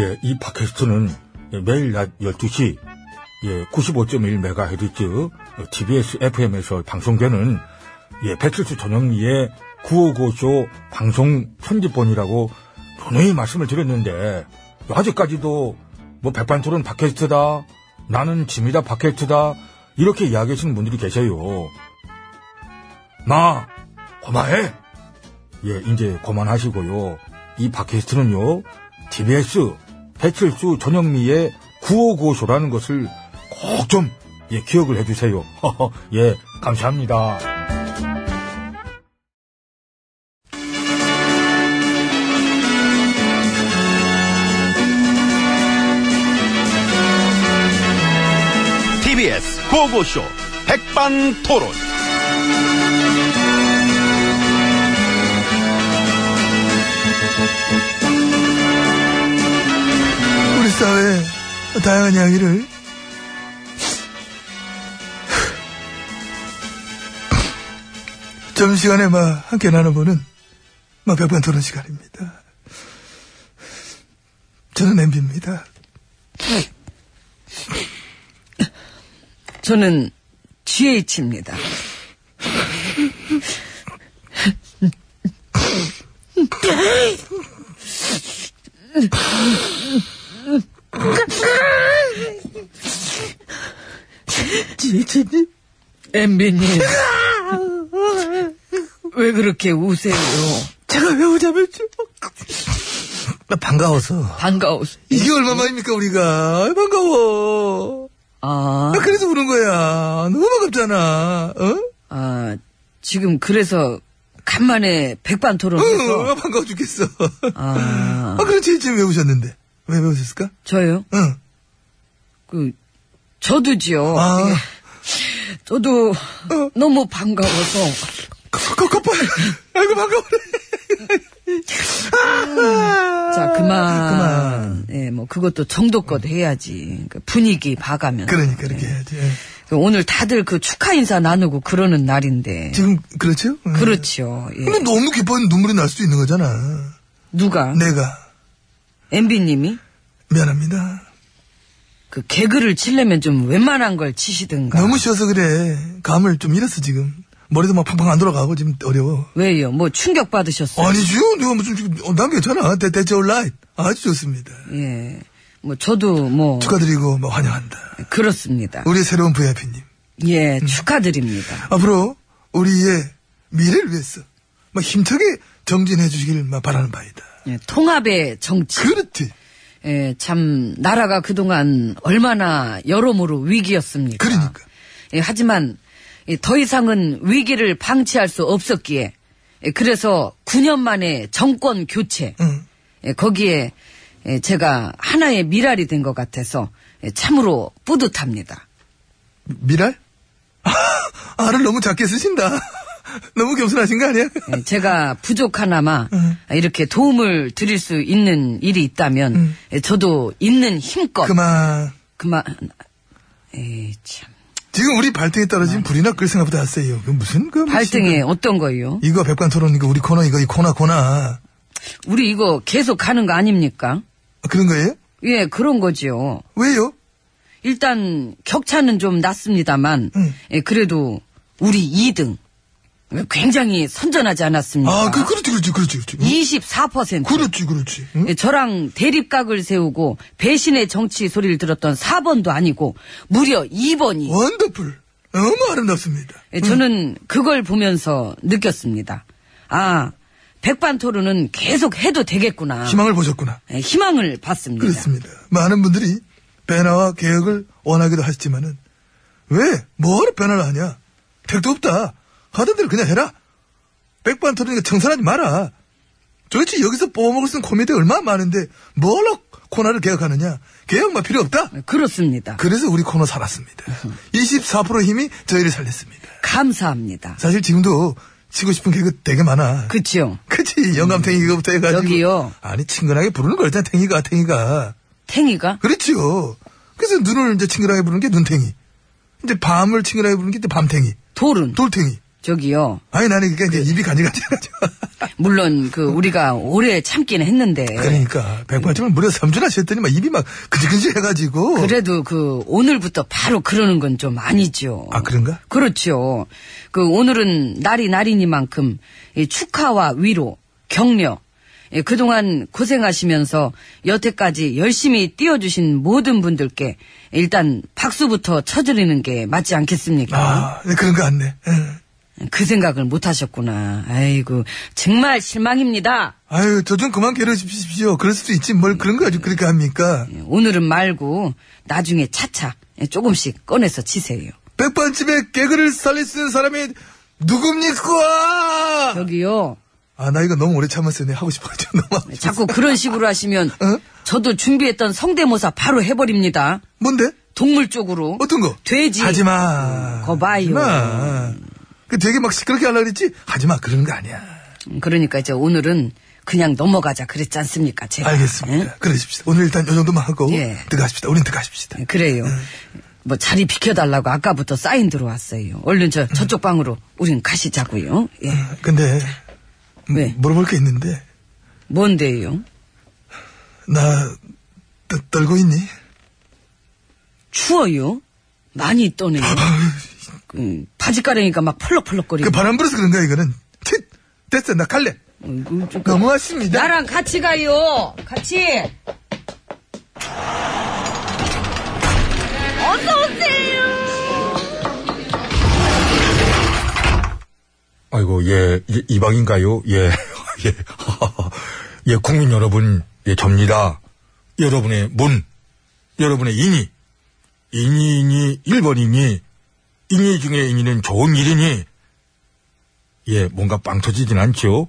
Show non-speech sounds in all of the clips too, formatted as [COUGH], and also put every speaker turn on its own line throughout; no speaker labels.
예, 이 팟캐스트는 매일 낮 12시 예, 95.1MHz TBS FM에서 방송되는 예, 배칠수 전영미의 955쇼 방송 편집본이라고 분명히 말씀을 드렸는데 아직까지도 뭐 백반토론 팟캐스트다 나는 짐이다 팟캐스트다 이렇게 이야기하시는 분들이 계세요. 마 고마해 예 이제 고만하시고요 이 팟캐스트는요 TBS 배칠수 전영미의 955쇼라는 것을 꼭 좀 예, 기억을 해주세요. [LAUGHS] 예 감사합니다.
TBS 고고쇼 백반토론.
우리 사회의 다양한 이야기를 점심시간에 막 함께 나눠보는 막 백반 토론 시간입니다. 저는 엠비입니다.
저는 GH입니다. 엠비님. 왜 그렇게 우세요?
제가 왜 오자면죠? 나 아, 반가워서.
반가워서.
이게 얼마 만입니까, 우리가? 아이, 반가워.
아,
나 그래서 우는 거야. 너무 반갑잖아. 어?
아, 지금 그래서 간만에 백반
응,
토론해서.
아, 반가워 죽겠어.
아,
아, 그럼 제일 왜 오셨는데? 왜, 왜 오셨을까?
저요?
응.
그, 저도지요.
아. 어.
저도 너무 반가워서.
커커커커 아이고 반가워라
자, 그만. 예, 뭐, 그것도 정도껏 해야지. 그 분위기 봐가면서.
그러니까 이렇게 해야지 예.
그 오늘 다들 그 축하 인사 나누고 그러는 날인데.
지금 그렇죠? 예.
그렇지요. 예.
근데 너무 기뻐하면 네. 눈물이 날 수도 있는 거잖아
누가?
내가
MB님이?
미안합니다
그 개그를 치려면 좀 웬만한 걸 치시든가.
너무 쉬워서 그래 감을 좀 잃었어 지금 머리도 막 팡팡 안 돌아가고 지금 어려워
왜요? 뭐 충격 받으셨어요?
아니지요 내가 무슨 지금 어, 난 괜찮아 대, 대체 온라인 아주 좋습니다
예. 뭐 저도 뭐
축하드리고 어. 막 환영한다
그렇습니다.
우리의 새로운 VIP님 음.
예, 축하드립니다.
앞으로 우리의 미래를 위해서 막 힘차게 정진해 주시길 막 바라는 바이다
예, 통합의 정치.
그렇지
예, 참 나라가 그동안 얼마나 여러모로 위기였습니까?
그러니까.
예, 하지만 예, 더 이상은 위기를 방치할 수 없었기에 예, 그래서 9년 만에 정권 교체
응.
예, 거기에 예, 제가 하나의 미랄이 된 것 같아서 예, 참으로 뿌듯합니다.
미랄? [LAUGHS] 알을 너무 작게 쓰신다. [LAUGHS] 너무 겸손하신 거 아니야?
예, 제가 부족하나마
응.
이렇게 도움을 드릴 수 있는 일이 있다면
응.
예, 저도 있는 힘껏
음. 그만.
그만 에이, 참
지금 우리 발등에 떨어진 불이나 끌 생각보다 하세요. 그 무슨 그
발등에
무슨
어떤 거요?
그- 이거 백반 토론 이거 우리 코너 아, 이거 이 코나 코나
우리 이거 계속 가는 거 아닙니까?
아, 그런 거예요?
예, 그런 거지요.
왜요?
일단 격차는 좀 났습니다만,
응.
예, 그래도 우리 2등 굉장히 선전하지 않았습니까?
아, 그 그렇지 그렇지 그렇지 그렇지.
24%.
그렇지 그렇지. 응?
예, 저랑 대립각을 세우고 배신의 정치 소리를 들었던 4번도 아니고 무려 2번이
어? 원더풀. 너무 아름답습니다.
예, 저는 그걸 보면서 느꼈습니다. 아 백반토론은 계속 해도 되겠구나.
희망을 보셨구나.
예, 희망을 봤습니다.
그렇습니다. 많은 분들이 변화와 개혁을 원하기도 하시지만은 왜 뭐하러 변화를 하냐? 택도 없다. 하던 대로 그냥 해라. 백반 토론이니까 청산하지 마라. 도대체 여기서 뽑아먹을 수 있는 코미디 얼마나 많은데 뭐로 코너를 개혁하느냐? 개혁만 필요 없다.
예, 그렇습니다.
그래서 우리 코너 살았습니다. 24% 힘이 저희를 살렸습니다.
감사합니다.
사실 지금도 치고 싶은 개그 되게 많아.
그치요? 음.
그치 영감탱이 그거부터 해가지고
여기요.
아니 친근하게 부르는 거 있잖아 탱이가 탱이가
탱이가?
그렇지요. 그래서 눈을 이제 친근하게 부르는 게 눈탱이. 이제 밤을 친근하게 부르는 게 이제 밤탱이.
돌은?
돌탱이.
저기요.
아니 나는 그게 이제 입이 간질간질하죠.
물론 그 우리가 오래 참기는 했는데
그러니까 108점을 무려 3주나 쉬었더니 막 입이 막 근질근질 해가지고
그래도 그 오늘부터 바로 그러는 건 좀 아니죠.
아 그런가?
그렇죠. 그 오늘은 날이 날이니만큼 이 축하와 위로, 격려, 예, 그동안 고생하시면서 여태까지 열심히 뛰어주신 모든 분들께 일단 박수부터 쳐드리는 게 맞지 않겠습니까?
아 네, 그런 거 같네. 예.
그 생각을 못 하셨구나. 아이고 정말 실망입니다.
아유 저 좀 그만 괴로워십시오. 그럴 수도 있지 뭘 그런 거 아주 그렇게 합니까?
예, 오늘은 말고 나중에 차차 예, 조금씩 꺼내서 치세요.
백반집에 개그를 살릴 수 있는 사람이 누굽니까?
저기요.
아 나 이거 너무 오래 참았어요. 내 하고 싶어가지고 너무 하고 싶어.
자꾸 그런 식으로 하시면
[LAUGHS] 어?
저도 준비했던 성대모사 바로 해버립니다.
뭔데?
동물 쪽으로.
어떤 거?
돼지.
하지마.
거봐요.
하지마. 그 되게 막 시끄럽게 하려고 그랬지? 하지마. 그런 거 아니야.
음, 그러니까 이제 오늘은 그냥 넘어가자 그랬지 않습니까? 제가.
알겠습니다. 그러십시다. 오늘 일단 요 정도만 하고
예.
들어가십시다. 우린 들어가십시다.
예? 그래요.
네.
뭐 자리 비켜달라고 아까부터 사인 들어왔어요. 얼른
네.
저 저쪽 방으로 우린 가시자고요. 예.
근데 음,
왜?
물어볼 게 있는데
뭔데요?
나 떠- 떨고 있니?
추워요? 많이 떠네요.
아,
음, 바지가래니까 막 펄럭펄럭거리고.
그 바람 불어서 그런 거야 이거는. 칫! 됐어. 나 갈래.
그
음, 좀-
넘어왔습니다.
나랑 같이 가요. 같이. 어서 오세요.
아이고, 예, 이- 이방인가요? 예, [LAUGHS] 예, 예, 국민 여러분, 예, 접니다. 여러분의 문, 여러분의 인이, 인이니, 일번이니 인이 중에 인이는 좋은 일이니, 예, 뭔가 빵 터지진 않죠?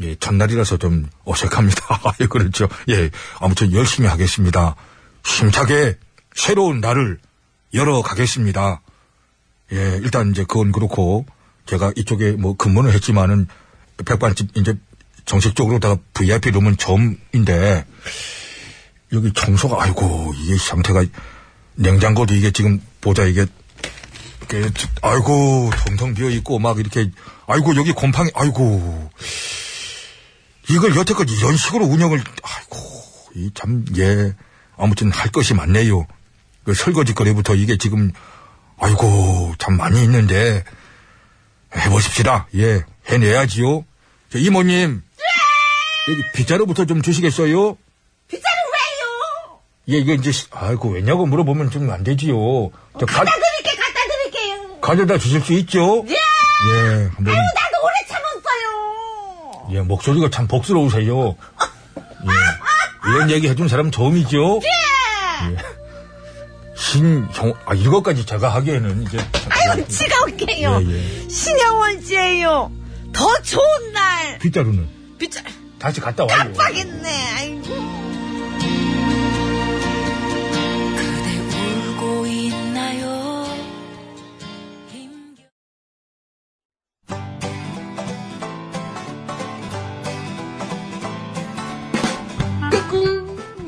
예, 첫날이라서 좀 어색합니다. [LAUGHS] 예, 그렇죠. 예, 아무튼 열심히 하겠습니다. 심차게 새로운 날을 열어가겠습니다. 예, 일단 이제 그건 그렇고 제가 이쪽에 뭐 근무는 했지만은 백반집 이제 정식적으로다가 VIP 룸은 처음인데 여기 청소가 아이고 이게 상태가 냉장고도 이게 지금 보자 이게 이렇게 아이고 텅텅 비어 있고 막 이렇게 아이고 여기 곰팡이 아이고 이걸 여태까지 이런 식으로 운영을 아이고 이 참 예 아무튼 할 것이 많네요. 그 설거지 거리부터 이게 지금 아이고 참 많이 있는데 해보십시다. 예 해내야지요. 저 이모님 여기 빗자루부터 좀 주시겠어요? 빗자루 왜요? 예 이거 이제 시- 아이고 왜냐고 물어보면 좀 안 되지요. 저 가,
드릴게 갖다 드릴게요.
가져다 주실 수 있죠? 예. 한번
나도 오래 참았어요.
예 목소리가 참 복스러우세요. 예. 이런 얘기 해준 사람 처음이죠? 예. 신형 아 이것까지 제가 하기에는 이제
아유 지가
어.
올게요.
음. 예, 예.
신영원 씨예요. 더 좋은 날.
빗자루는
비짜
다시 갔다 와요.
깜빡했네. 아이고.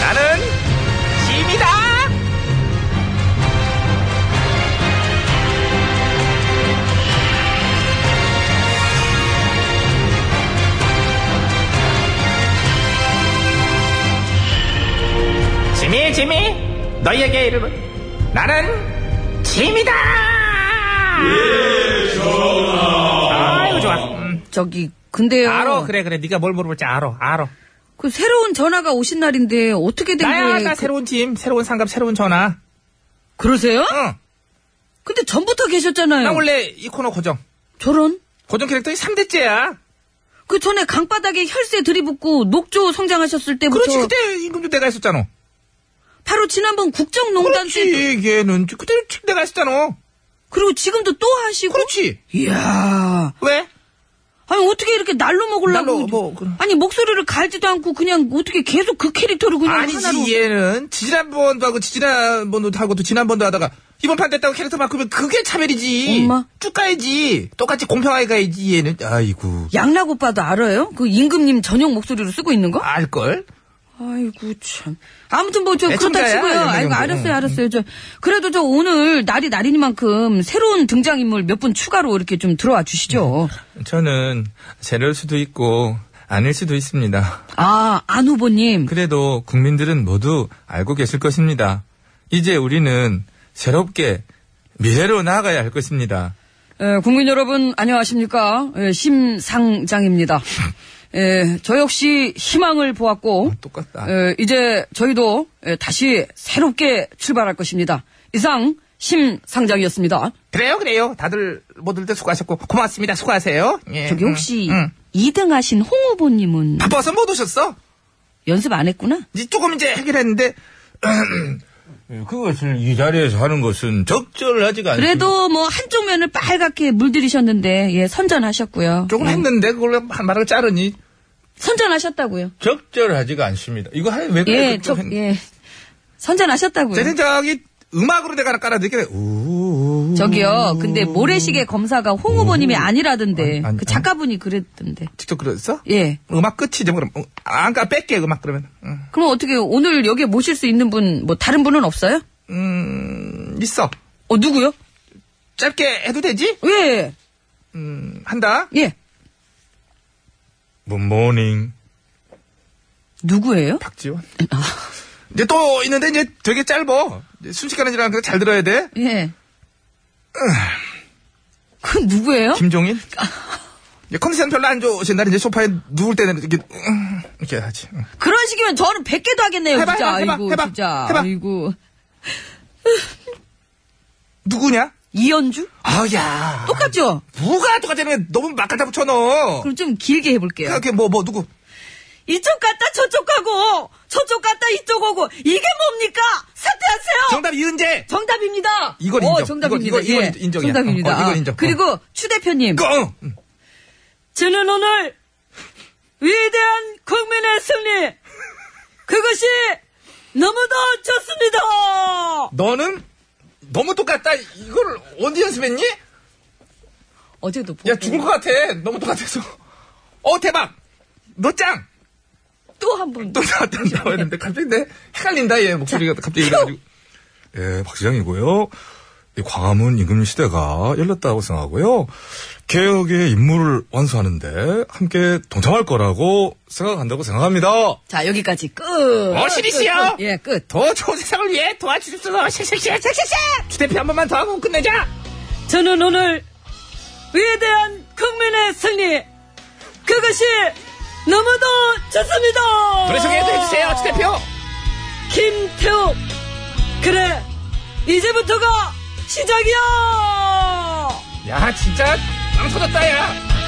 나는 짐이다. 너희에게 이르는 나는 짐이다. 아이고 좋아. 음,
저기 근데요.
알어 그래 그래 네가 뭘 물어볼지 알어 알어.
그 새로운 전화가 오신 날인데 어떻게 된
나야
거예요?
나
그-
새로운 짐 새로운 상갑 새로운 전화.
그러세요?
응.
근데 전부터 계셨잖아요.
어. 나 원래 이 코너 고정
저런.
고정 캐릭터의 3대째야.
그 전에 강바닥에 혈세 들이붓고 녹조 성장하셨을 때부터
그렇지 그때 임금도 내가 했었잖아.
바로 지난번 국정농단 때
그렇지 얘는 그때 내가 했었잖아.
그리고 지금도 또 하시고
그렇지
이야
왜?
아니 어떻게 이렇게 날로 먹으려고
날로 뭐, 그럼.
아니 목소리를 갈지도 않고 그냥 어떻게 계속 그 캐릭터로 그냥
아니지
하나로
얘는 지난번도 하고 지난번도 하고 또 지난번도 하다가 이번 판 됐다고 캐릭터 바꾸면 그게 차별이지
엄마.
쭉 가야지 똑같이 공평하게 가야지 얘는 아이고
양락 오빠도 알아요? 그 임금님 전용 목소리로 쓰고 있는 거?
알걸 네,
아이고 참. 아무튼 뭐 저 그렇다
애청자야,
치고요.
이런
아이고
정도.
알았어요, 알았어요. 저 그래도 저 오늘 날이 날이니만큼 새로운 등장 인물 몇 분 추가로 이렇게 좀 들어와 주시죠.
저는 제럴 수도 있고 아닐 수도 있습니다
아, 안 후보님.
그래도 국민들은 모두 알고 계실 것입니다 이제 우리는 새롭게 미래로 나아가야 할 것입니다
에, 예, 국민 여러분 안녕하십니까? 에, 심상장입니다. 에, 저 역시 희망을 보았고
아, 똑같다
에, 이제 저희도 에, 다시 새롭게 출발할 것입니다. 이상 심상장이었습니다.
그래요 그래요 다들 모두 들 수고하셨고 고맙습니다 수고하세요 예,
저기
음,
혹시
음.
2등 하신 홍 후보님은
바빠서 못 오셨어?
연습 안 했구나?
이 조금 이제 해결했는데 예,
그것을 이 자리에서 하는 것은 적절하지가 않습니다.
그래도 뭐 한쪽 면을 빨갛게 물들이셨는데 예 선전하셨고요.
조금 했는데 그걸 한 말을 자르니
선전하셨다고요.
적절하지가 않습니다. 이거 할왜
네, 그-
예, 저, 예. 선전하셨다고요.
제 생각이 음악으로 내가 하나 깔아드릴게 어, 우우 음.
저기요. 근데 모래시계 검사가 홍 후보님이 아니라던데.
아니, 아니,
그 작가분이 그랬던데.
직접 그랬어?
예.
음악 끝이지 그럼 어, 안 까, 뺄게 음악 그러면 음,
그럼 어떻게 오늘 여기 모실 수 있는 분 뭐 다른 분은 없어요?
음, 있어
어 누구요?
짧게 해도 되지?
예.
음, 한다
예.
뭐,
굿모닝.
누구예요?
박지원 이제 또 있는데 이제 되게 짧어 이제 순식간에 지나는 거잘 들어야 돼
[LAUGHS] 예. 그 누구예요? [LAUGHS]
김종인 이제 컨디션 별로 안 좋으신 날 이제 소파에 누울 때는 이렇게 음, 이렇게 하지 음.
그런 식이면 저는 100개도 하겠네요,
해봐,
진짜.
해봐, 해봐,
아이고,
해봐,
진짜.
해봐.
아이고.
누구냐?
이현주?
아야 어.
똑같죠?
누가 똑같다는 게 너무 막 갖다 붙여 넣어
그럼 좀 길게 해볼게요.
그게 뭐, 뭐, 누구?
이쪽 갔다 저쪽 가고, 저쪽 갔다 이쪽 오고, 이게 뭡니까? 사퇴하세요!
정답 이은재!
정답입니다.
이건
어,
인정.
정답입니다.
이건- 이건
예,
인정이야.
정답입니다.
어, 이건 인정.
그리고 추 대표님,
이거, 어. 응.
저는 오늘 위대한 국민의 승리 그것이 너무도 좋습니다.
너는 너무 똑같다. 이걸 언제 연습했니?
어제도 보고
야, 죽을 것 같아. 너무 똑같아서. [LAUGHS] 어, 대박! 너 짱! [LAUGHS]
또한 번.
또 나왔다, 나와야 되는데, 갑자기 내 헷갈린다, 얘 목소리가 갑자기 이래가지고.
예, 박시장이고요. 이 광화문 임금 시대가 열렸다고 생각하고요. 개혁의 임무를 완수하는데 함께 동참할 거라고 생각한다고 생각합니다.
자 여기까지 끝.
어, 시리시요?
끝, 끝. 예 끝.
더 좋은 세상을 위해 도와주십시오. 샤샤샤샤샤샤! 주대표 한 번만 더 하고 끝내자!
저는 오늘 위대한 국민의 승리 그것이 너무도 좋습니다.
노래 소개도 해주세요, 주대표!
김태욱 그래 이제부터가 시작이야
야, 진짜 빵 터졌다, 야!